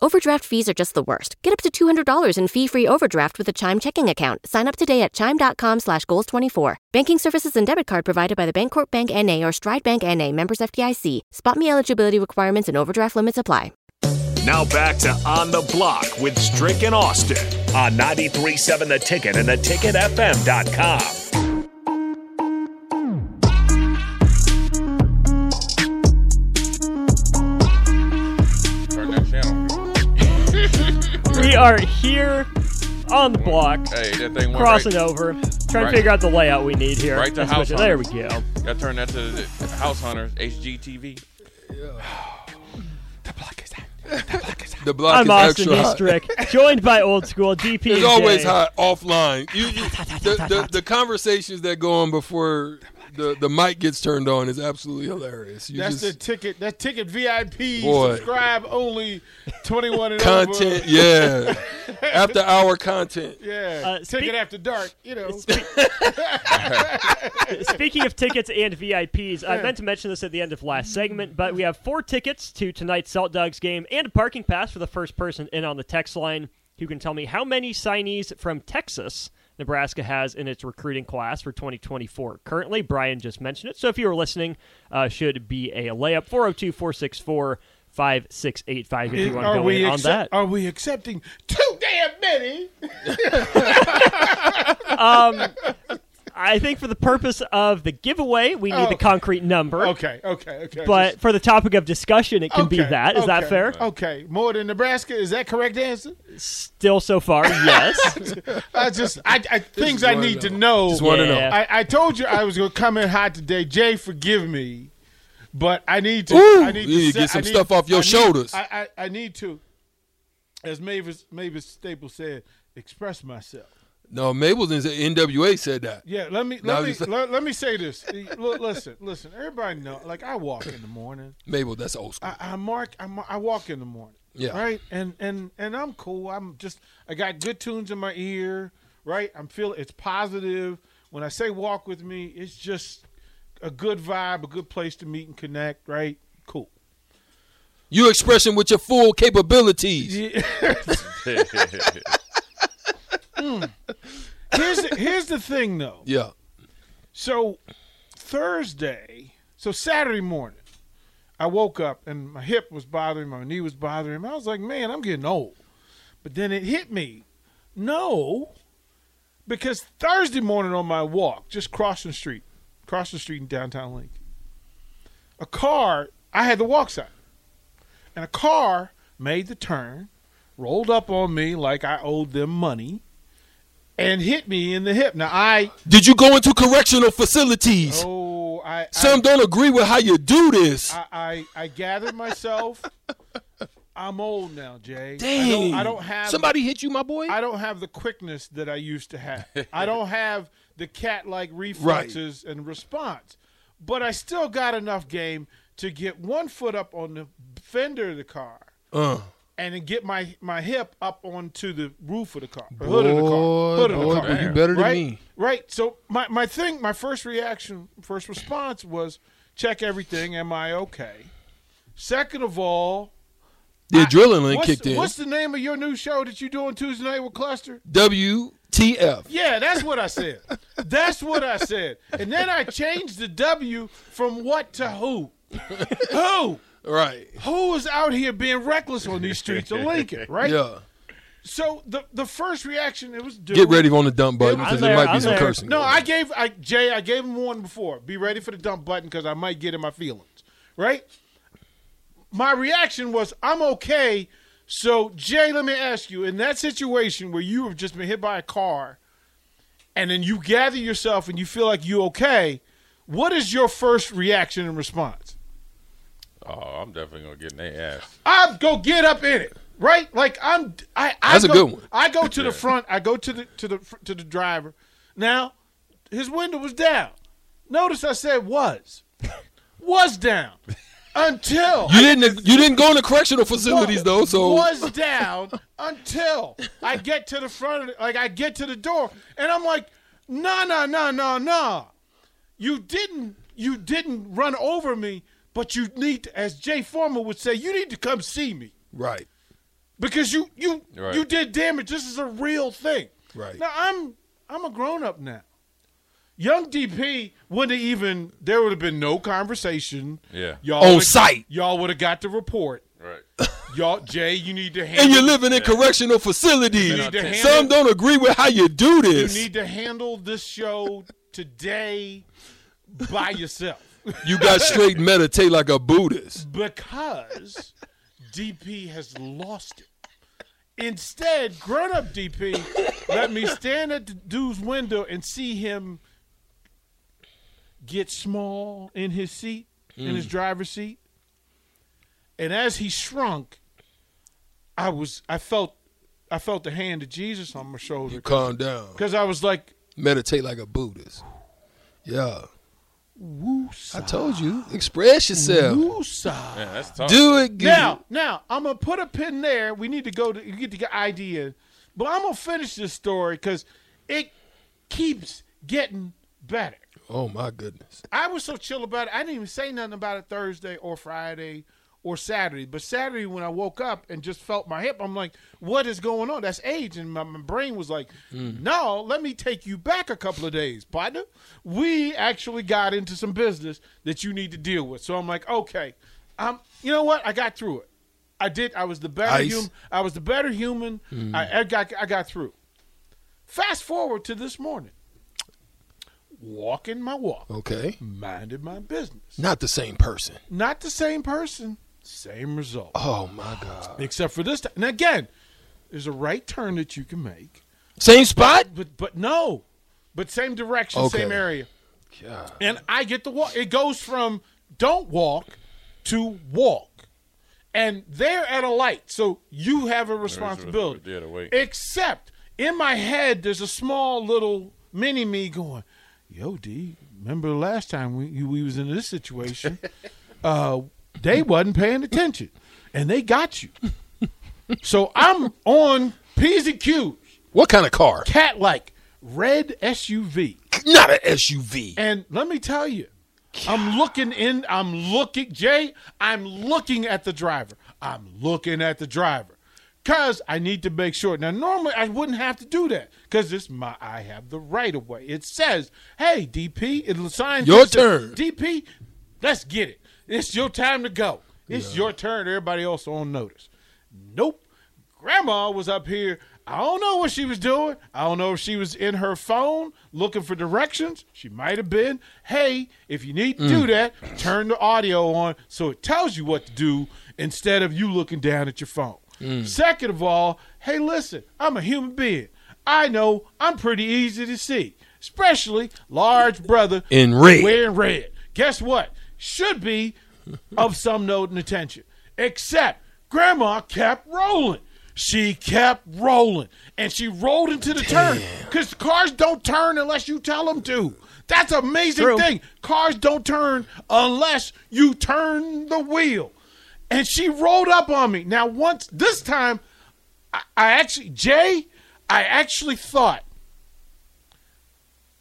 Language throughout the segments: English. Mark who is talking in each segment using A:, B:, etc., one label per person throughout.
A: Overdraft fees are just the worst. Get up to $200 in fee-free overdraft with a Chime checking account. Sign up today at Chime.com slash Goals24. Banking services and debit card provided by the Bancorp Bank N.A. or Stride Bank N.A. Members FDIC. Spot me eligibility requirements and overdraft limits apply.
B: Now back to On the Block with Strick and Austin on 93.7 The Ticket and theticketfm.com.
C: Turn that channel.
D: We are here on the block,
C: Hey, that thing went
D: crossing
C: right.
D: over, trying
C: Right.
D: to figure out the layout we need here.
C: Right to
D: That's
C: house
D: what- There we go.
C: Gotta turn that to the House Hunters, HGTV. the block is hot.
E: The block
D: I'm
E: is
D: Austin
E: extra hot.
D: Eastrick, joined by old school DP.
E: It's always hot offline. You, you, the, the, the conversations that go on before the, the mic gets turned on is absolutely hilarious. You
F: That's the
E: just
F: ticket. That ticket VIP
E: Boy.
F: subscribe only, twenty one and
E: content,
F: over.
E: yeah. After hour content.
F: Yeah,
D: Uh,
F: ticket
D: speak-
F: after dark. You know,
D: Speaking of tickets and VIPs, I meant to mention this at the end of last segment, but we have four tickets to tonight's Salt Dogs game and a parking pass for the first person in on the text line who can tell me how many signees from Texas Nebraska has in its recruiting class for 2024. Currently, Brian just mentioned it, so if you were listening, uh, should be a layup 402 464 5685 if you want to
F: are
D: go in
F: we
D: on that.
F: accept- are we accepting too damn many?
D: I think for the purpose of the giveaway, we need
F: Oh.
D: the concrete number.
F: Okay, okay, okay.
D: But for the topic of discussion, it can be
F: Okay,
D: that. Is that
F: okay, Oh.
D: fair?
F: Okay, more than Nebraska. Is that correct answer?
D: Still so far, yes.
F: I just I, I things
E: is
F: I
E: one
F: need to
E: level.
F: know.
E: Just wanna know.
D: Yeah.
F: I, I told you I was gonna come in hot today. Jay, forgive me, but I need to.
E: Ooh,
F: I need
E: you need to
F: to se-
E: get some
F: I need-
E: stuff off your
F: I need-
E: shoulders.
F: I, I I need to, as Mavis Mavis Staples said, express myself.
E: No, Mabel's in NWA said that.
F: Yeah, let me
E: No,
F: let me
E: just-
F: let, let me say this. Look, listen, listen. Everybody know. Like I walk in the morning.
E: Mabel, that's old school.
F: I, I mark. I, mar- I walk in the morning.
E: Yeah.
F: Right. And and and I'm cool. I'm just. I got good tunes in my ear. Right. I'm feeling. It's positive. When I say walk with me, it's just a good vibe, a good place to meet and connect. Right. Cool.
E: you expressing with your full capabilities.
F: Here's the, here's the thing though.
E: Yeah.
F: So Thursday, so Saturday morning, I woke up and my hip was bothering, my knee was bothering. me. I was like, man, I'm getting old. But then it hit me. No, because Thursday morning on my walk, just crossing the street, crossing the street in downtown Lincoln, a car, I had the walk sign. And a car made the turn, rolled up on me like I owed them money, and hit me in the hip. Now, I,
E: Did you go into correctional facilities?
F: oh, I, I
E: Some don't agree with how you do this.
F: I, I, I gathered myself. I'm old now, Jay. I don't, I don't have
E: Somebody hit you, my boy?
F: I don't have the quickness that I used to have. I don't have the cat-like reflexes and response. But I still got enough game to get one foot up on the fender of the car
E: uh.
F: and then get my my hip up onto the roof of the car, or hood of the car, hood
E: boy,
F: of the car.
E: you better than
F: right?
E: me.
F: Right. So my my thing, my first reaction, first response was check everything. Am I okay? Second of all,
E: The adrenaline
F: what's,
E: kicked in.
F: what's the name of your new show that you do on Tuesday night with Cluster?
E: WTF.
F: Yeah, that's what I said. That's what I said. And then I changed the W from what to who. who?
E: Right.
F: Who is out here being reckless on these streets of Lincoln, right?
E: Yeah.
F: So the the first reaction it was dude,
E: Get ready on the dump button because there
D: there,
E: might be
D: I'm
E: some
D: there.
E: cursing.
F: No,
E: going
F: I
E: on.
F: gave I Jay I gave him warning before. Be ready for the dump button because I might get in my feelings, right? My reaction was I'm okay. So Jay, let me ask you: in that situation where you have just been hit by a car, and then you gather yourself and you feel like you okay, what is your first reaction and response?
C: Oh, I'm definitely gonna get in their ass.
F: I go get up in it, right? Like I'm. I, I
E: That's a
F: go,
E: good one.
F: I go to the front. I go to the to the fr- to the driver. Now, his window was down. Notice I said was, was down, until
E: You didn't. You didn't go into correctional facilities though. So
F: was down until I get to the front of the, like I get to the door and I'm like, no, no, no, no, no. You didn't you didn't run over me, but you need to, as Jay Foreman would say, you need to come see me.
E: right.
F: because you you
C: Right.
F: you did damage. This is a real thing.
E: Right.
F: Now I'm I'm a grown up now. Young DP wouldn't have even there would have been no conversation.
C: Yeah.
F: Y'all
E: On
F: would-
E: site.
F: Y'all would have got the report.
C: Right.
F: Y'all Jay, you need to handle
E: And you're living in correctional
F: you
E: facilities.
F: need to
E: Some
F: handle
E: don't agree with how you do
F: you
E: this.
F: need to handle this show today by yourself.
E: You got straight meditate like a Buddhist.
F: because DP has lost it. Instead, grown up DP let me stand at the dude's window and see him get small in his seat, in his driver's seat. And as he shrunk, I was I felt I felt the hand of Jesus on my shoulder
E: Calm down.
F: because I was like,
E: Meditate like a Buddhist. Yeah. I told you. Express yourself.
F: "Woosa."
C: Man, that's tough.
E: Do it. Get it.
F: Now, now I'm gonna put a pin there. We need to go to you get the idea, but I'm gonna finish this story because it keeps getting better.
E: Oh my goodness.
F: I was so chill about it. I didn't even say nothing about it Thursday or Friday or Saturday. But Saturday, when I woke up and just felt my hip, I'm like, "What is going on?" That's age, and my, my brain was like, "No, let me take you back a couple of days, partner. We actually got into some business that you need to deal with." So I'm like, "Okay, um, you know what? I got through it. I did. I was the better
E: Ice.
F: human. I was the better human. I, I got. I got through." Fast forward to this morning. Walking my walk
E: Okay.
F: minded my business.
E: Not the same person.
F: Not the same person, same result.
E: Oh my God.
F: Except for this time. And again, there's a right turn that you can make,
E: Same spot?
F: but but no, but same direction,
E: Okay.
F: same area.
E: Yeah.
F: And I get to walk. It goes from don't walk to walk. And they're at a light, so you have a responsibility.
C: yeah, to wait.
F: Except in my head, there's a small little mini me going, "Yo, D, remember the last time we you, we was in this situation? uh, they wasn't paying attention, and they got you. so I'm on p's and q's,
E: What kind of car?
F: cat like red SUV."
E: Not an SUV.
F: And let me tell you, I'm looking in. I'm looking, Jay. I'm looking at the driver. I'm looking at the driver because I need to make sure. Now, normally I wouldn't have to do that because it's my. I have the right of way. It says, "Hey, DP, it signs
E: Your turn.
F: DP, let's get it. It's your time to go. It's your turn. Everybody else on notice. Nope. Grandma was up here. I don't know what she was doing. I don't know if she was in her phone looking for directions. She might have been. Hey, if you need to
E: Mm.
F: do that, turn the audio on so it tells you what to do instead of you looking down at your phone.
E: Mm.
F: Second of all, hey, listen, I'm a human being. I know I'm pretty easy to see, especially large brother
E: In red.
F: wearing red. Guess what? Should be of some note and attention. Except Grandma kept rolling. She kept rolling, and she rolled into the turn because cars don't turn unless you tell them to. That's an amazing thing. Cars don't turn unless you turn the wheel. And she rolled up on me. Now, once this time, I, I actually, Jay, I actually thought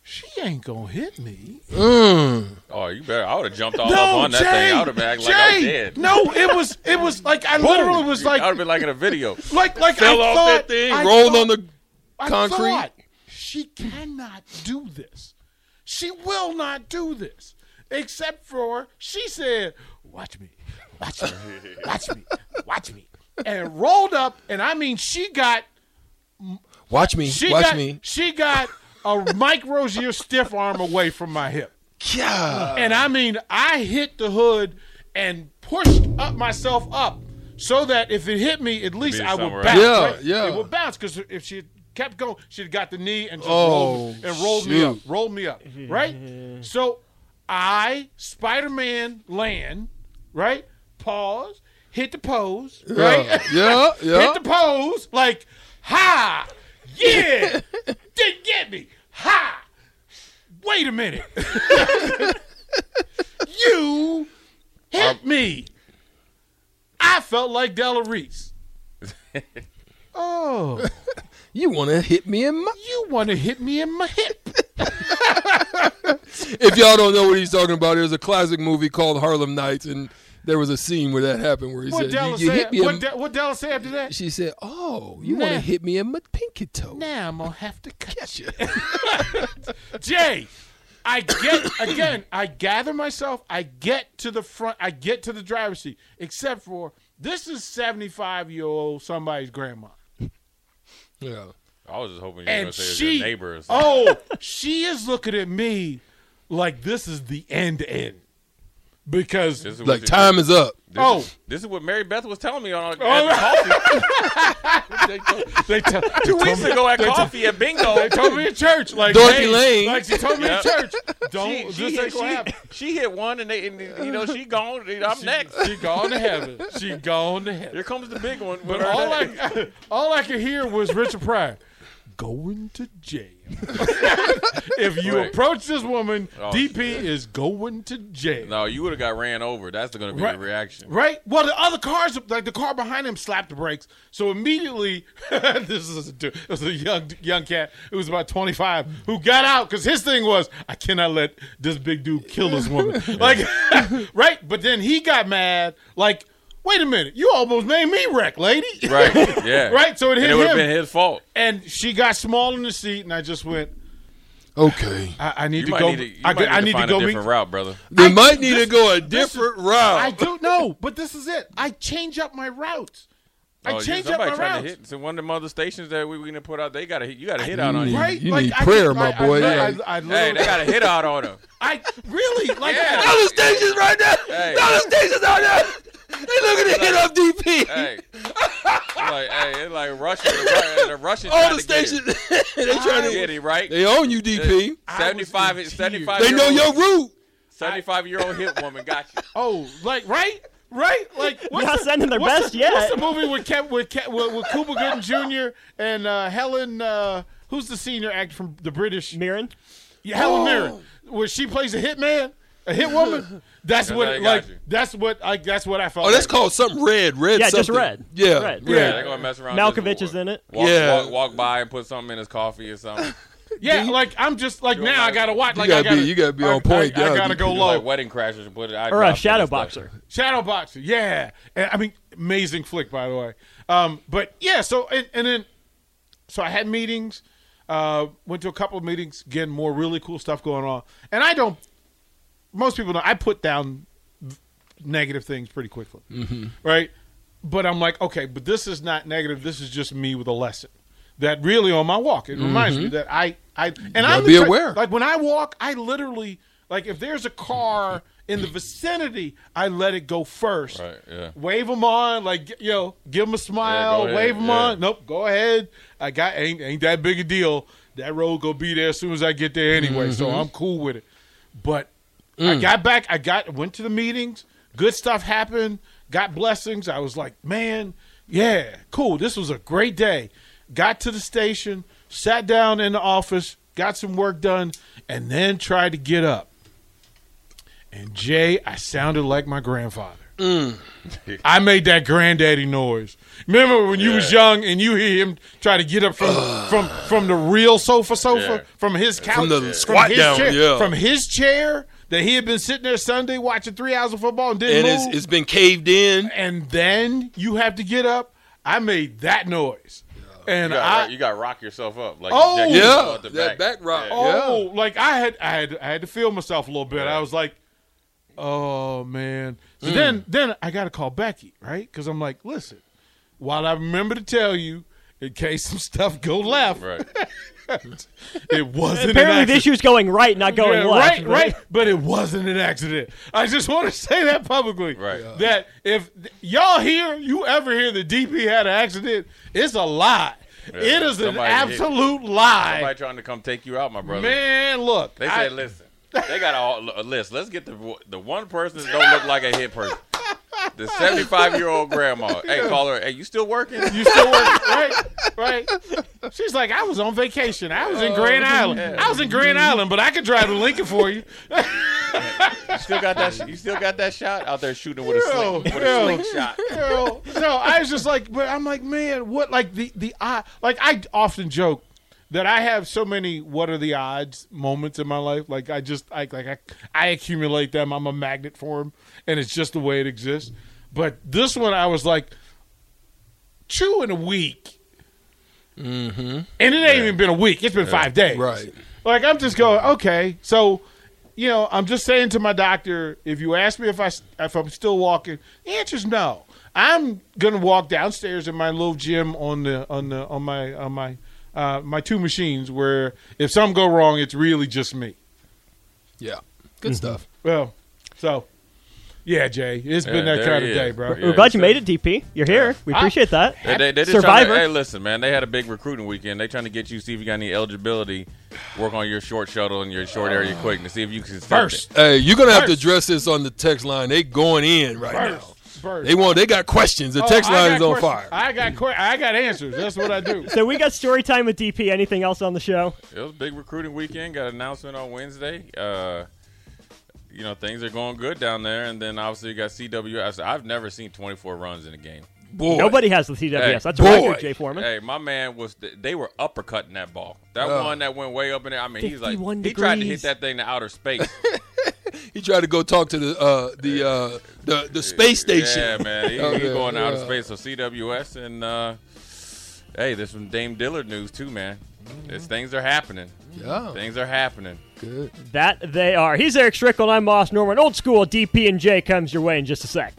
F: she ain't gonna hit me.
C: Oh, you better. I would have jumped all
F: No,
C: up on that
F: Jay,
C: thing. I would have been acting like I was
F: Jay,
C: dead.
F: No, it was it was like I literally was
C: I would
F: like
C: have been like in a video.
F: like like
C: fell
F: I
C: off
F: thought,
C: that thing,
F: I
E: Rolled
F: thought-
E: on the
F: I
E: concrete.
F: thought, she cannot do this. She will not do this. Except for she said, "Watch me, watch me, watch me, watch me," and rolled up. And I mean, she got
E: Watch me.
F: she
E: Watch
F: got
E: me.
F: she got a Mike Rozier stiff arm away from my hip.
E: Yeah.
F: And I mean, I hit the hood and pushed up myself up so that if it hit me, at least
C: Be
F: I would
C: somewhere
F: bounce.
E: else.
F: right?
E: Yeah, yeah.
F: It would bounce because if she had kept going, she'd have got the knee and just
E: Oh,
F: rolled, and rolled me up,
E: shoot.
F: rolled me up, right? so I Spider Man land, right? Pause, hit the pose, right?
E: yeah. Yeah. Yeah.
F: hit the pose, like, ha, yeah, didn't get me, ha. Wait a minute, you
E: Um,
F: hit me. I felt like Della Reese. oh,
E: You want to hit me in my.
F: you want to hit me in my hip?
E: If y'all don't know what he's talking about, there's a classic movie called Harlem Nights, and there was a scene where that happened where he
F: What
E: said, you,
F: Della
E: you
F: said?
E: hit me
F: What,
E: in-
F: De- what Della said after that?
E: She said, oh, you want to
F: Nah.
E: hit me in my pinky toe.
F: Now I'm gonna have to cut
E: Gotcha.
F: Jay, I get again. I gather myself. I get to the front. I get to the driver's seat. Except for this is seventy-five year old somebody's grandma,
E: yeah.
C: I was just hoping you were going
F: and
C: to say it's your
F: she
C: neighbor. Or something.
F: oh she is looking at me like this is the end end because
C: This is what
E: Like,
C: you-
E: time is up.
C: This
F: Oh.
C: is, this is what Mary Beth was telling me on at
F: Oh.
C: the coffee.
F: they tell
C: Two weeks ago at coffee at bingo,
F: They told me in church, like
E: Dorothy
F: hey,
E: Lane.
F: like she told me
C: Yeah.
F: in church. Don't
C: she, she,
F: this
C: hit,
F: ain't gonna happen.
C: she, she hit one, and, they, and you know she gone. I'm
F: She-
C: next.
F: She gone to heaven. She gone to heaven.
C: Here comes the big one.
F: But all I, all I could hear was Richard Pryor going to jail. if you
C: Wait.
F: approach this woman,
C: Oh,
F: DP is going to jail.
C: no, you would have got ran over. That's going to be
F: Right.
C: the reaction.
F: Right? Well, the other cars, like the car behind him, slapped the brakes. So immediately, this is a, dude- this is a young young cat who was about 25 who got out because his thing was, I cannot let this big dude kill this woman. like, right? But then he got mad. Like, wait a minute, you almost made me wreck, lady.
C: Right. Yeah.
F: Right, so it
C: And
F: hit
C: it would
F: him.
C: have been his fault.
F: and she got small in the seat, and I just went,
E: Okay.
F: I, I need
C: You
F: to
C: might
F: go.
C: need to, you
F: I,
C: might need
F: I
C: to
F: need to
C: find
F: go
C: a
F: meet.
C: different route, brother.
E: They might need
F: this-
E: to go a different route.
F: I do know, but this is it. I change up my routes. I
C: Oh, you-
F: change up
C: somebody
F: my
C: trying
F: routes.
C: to hit. So one of the other stations that we were going to put out, they got a hit. You got a hit out on you.
F: Right?
E: You need prayer, my boy.
F: I,
E: Yeah.
F: I, I,
C: Hey,
F: literally-
C: they got a hit out on them.
F: I really like. oh,
C: Yeah.
E: All the stations right now.
C: Hey.
E: All the stations out there. They looking to hit up DP.
C: Hey, It's like hey, it's like Russia. The, Ru- the Russians.
E: All
C: tried
E: the
C: to get
E: stations.
C: him.
E: they trying
C: Get
E: to.
C: him, right?
E: They own you, DP.
F: I was in
C: 75, 75
E: They
C: year
E: know
C: old,
E: your route.
C: seventy-five year old hit woman got you.
F: Oh, like right, right, like what's
D: Not
F: the,
D: sending their
F: what's
D: best
F: the,
D: yet.
F: What's the movie with Ke- with, Ke- with with Cuba Gooden Jr. and uh, Helen? Uh, who's the senior actor from the British?
D: Mirren.
F: Yeah,
E: Oh.
F: Helen Mirren, where she plays a hitman, a hit woman. That's
C: That's
F: what
C: how they got
F: like
C: you.
F: that's what like that's what I felt.
E: Oh, that's
F: like.
E: called something red. Red.
D: Yeah, just
E: something.
D: red.
E: Yeah.
D: Red.
C: Yeah, they're gonna mess around. with this
D: Malkovich is
C: award.
D: in it.
C: Walk,
E: Yeah.
C: walk, walk by and put something in his coffee or something.
F: yeah. Like I'm just like now I gotta watch.
E: You
F: Like
E: gotta
F: I gotta
E: be- you gotta be
F: I-
E: on point,
F: I, I
E: yeah.
F: gotta go
E: You
F: low.
C: Like wedding crashers and put it.
D: Or a shadow boxer.
F: Shadow Boxer, yeah. And, I mean, amazing flick, by the way. Um, but yeah, so and, and then so I had meetings, uh, went to a couple of meetings, again, more really cool stuff going on. And I don't, most people know, I put down v- negative things pretty quickly, right? But I'm like, okay, but this is not negative. This is just me with a lesson. That really on my walk, it reminds me that I, I, and I'm the
E: be
F: type-
E: aware.
F: Like when I walk, I literally like if there's a car in the vicinity, I let it go first.
C: Right, yeah.
F: Wave them on, like g- you know, give them a smile,
C: ahead,
F: wave them
C: yeah.
F: on. Nope, go ahead. I got ain't ain't that big a deal. That road gonna be there as soon as I get there anyway, so
C: Mm-hmm.
F: I'm cool with it. But I
C: Mm.
F: got back. I got went to the meetings. Good stuff happened. Got blessings. I was like, man, yeah, cool. This was a great day. Got to the station, sat down in the office, got some work done, and then tried to get up. And Jay, I sounded like my grandfather.
E: Mm.
F: I made that granddaddy noise. Remember when you was young and you hear him try to get up from from from the real sofa sofa
C: Yeah.
F: from his couch
E: the squat
F: his
E: down,
F: chair,
E: yeah.
F: from his chair that he had been sitting there Sunday watching three hours of football and
E: And
F: didn't
E: it's,
F: move.
E: it's been caved in.
F: and then you have to get up. I made that noise, and
C: You got,
F: I
C: you got rock yourself up. Like
F: Oh!
C: Jack
E: Yeah,
C: yourself out the
E: that
C: back.
E: back rock.
C: Yeah.
F: oh like I had I had I had to feel myself a little bit. I was like, oh man. So
C: Mm.
F: then then I got to call Becky right because I'm like, listen, while I remember to tell you in case some stuff go left,
C: Right.
F: it wasn't an
D: Apparently, the
F: accident.
D: issue's going right, not going
F: Yeah,
D: left.
F: Right, right. But it wasn't an accident. I just want to say that publicly.
C: Right. Yeah.
F: That if th- y'all hear, you ever hear the DP had an accident, it's a lie. It is an
C: Somebody hit-
F: absolute lie.
C: Somebody trying to come take you out, my brother.
F: Man, look.
C: They
F: I-
C: said, listen, they got a, a list. Let's get the the one person that don't look like a hit person. The seventy-five year old grandma. Hey, call her. Hey, you still working?
F: you still work, right? Right. She's like, I was on vacation. I was in Grand Island. I was in Grand Island, but I could drive to Lincoln for you.
C: still got that? sh- You still got that shot out there shooting with a sling,
F: Yo,
C: with
F: yo.
C: a slingshot.
F: Girl, no, I was just like, but I'm like, man, what? Like the the I like I often joke that I have so many what are the odds moments in my life. Like I just I like I I accumulate them. I'm a magnet for them, and it's just the way it exists. But this one, I was like, two in a week, mm-hmm. and it ain't even been a week. It's been five days.
E: Right.
F: Like I'm just going okay. So, you know, I'm just saying to my doctor, if you ask me if I if I'm still walking, the answer's no. I'm gonna walk downstairs in my little gym on the on the on my on my uh, my two machines. Where if something go wrong, it's really just me.
E: Yeah.
D: Mm-hmm.
E: Good stuff.
F: Well, so yeah, Jay, it's been
C: Yeah,
F: that
C: there
F: kind
C: he
F: of day,
C: is.
F: bro.
D: We're glad you made it, DP. You're here.
F: Ah.
D: We appreciate that.
C: They, they, they just
D: Survivor.
C: Trying to, hey, listen, man. They had a big recruiting weekend. They trying to get you see if you got any eligibility. Work on your short shuttle and your short area quick to see if you can stop
F: First.
C: it.
E: Hey, you're gonna have to
F: First.
E: address this on the text line. They going in right now.
F: Burst, burst.
E: They want. They got questions. The
F: Oh,
E: text
F: I
E: line
F: got
E: is on fire.
F: questions. I got que- I got answers. That's what I do.
D: So we got story time with DP. Anything else on the show?
C: It was a big recruiting weekend. Got an announcement on Wednesday. Uh, you know things are going good down there, and then obviously you got CWS. I've never seen 24 runs in a game.
E: Boy,
D: Nobody has the CWS.
C: Hey,
D: That's a
E: boy.
D: record, Jay Foreman.
C: Hey, my man was they were uppercutting that ball. That
E: Oh.
C: one that went way up in there. I mean, he's like
D: 51
C: he tried to
D: degrees.
C: hit that thing to outer space.
E: he tried to go talk to the uh, the uh, the the space station.
C: Yeah, man. He,
E: Oh,
C: he
E: yeah,
C: going out of
E: yeah.
C: space. So CWS and uh, hey, there's some Dame Dillard news too, man. There's things are happening.
E: Mm-hmm. Yeah.
C: Things are happening.
E: Good.
D: That they are. He's Eric Strickland. I'm Moss Norman. Old school DP and J comes your way in just a sec.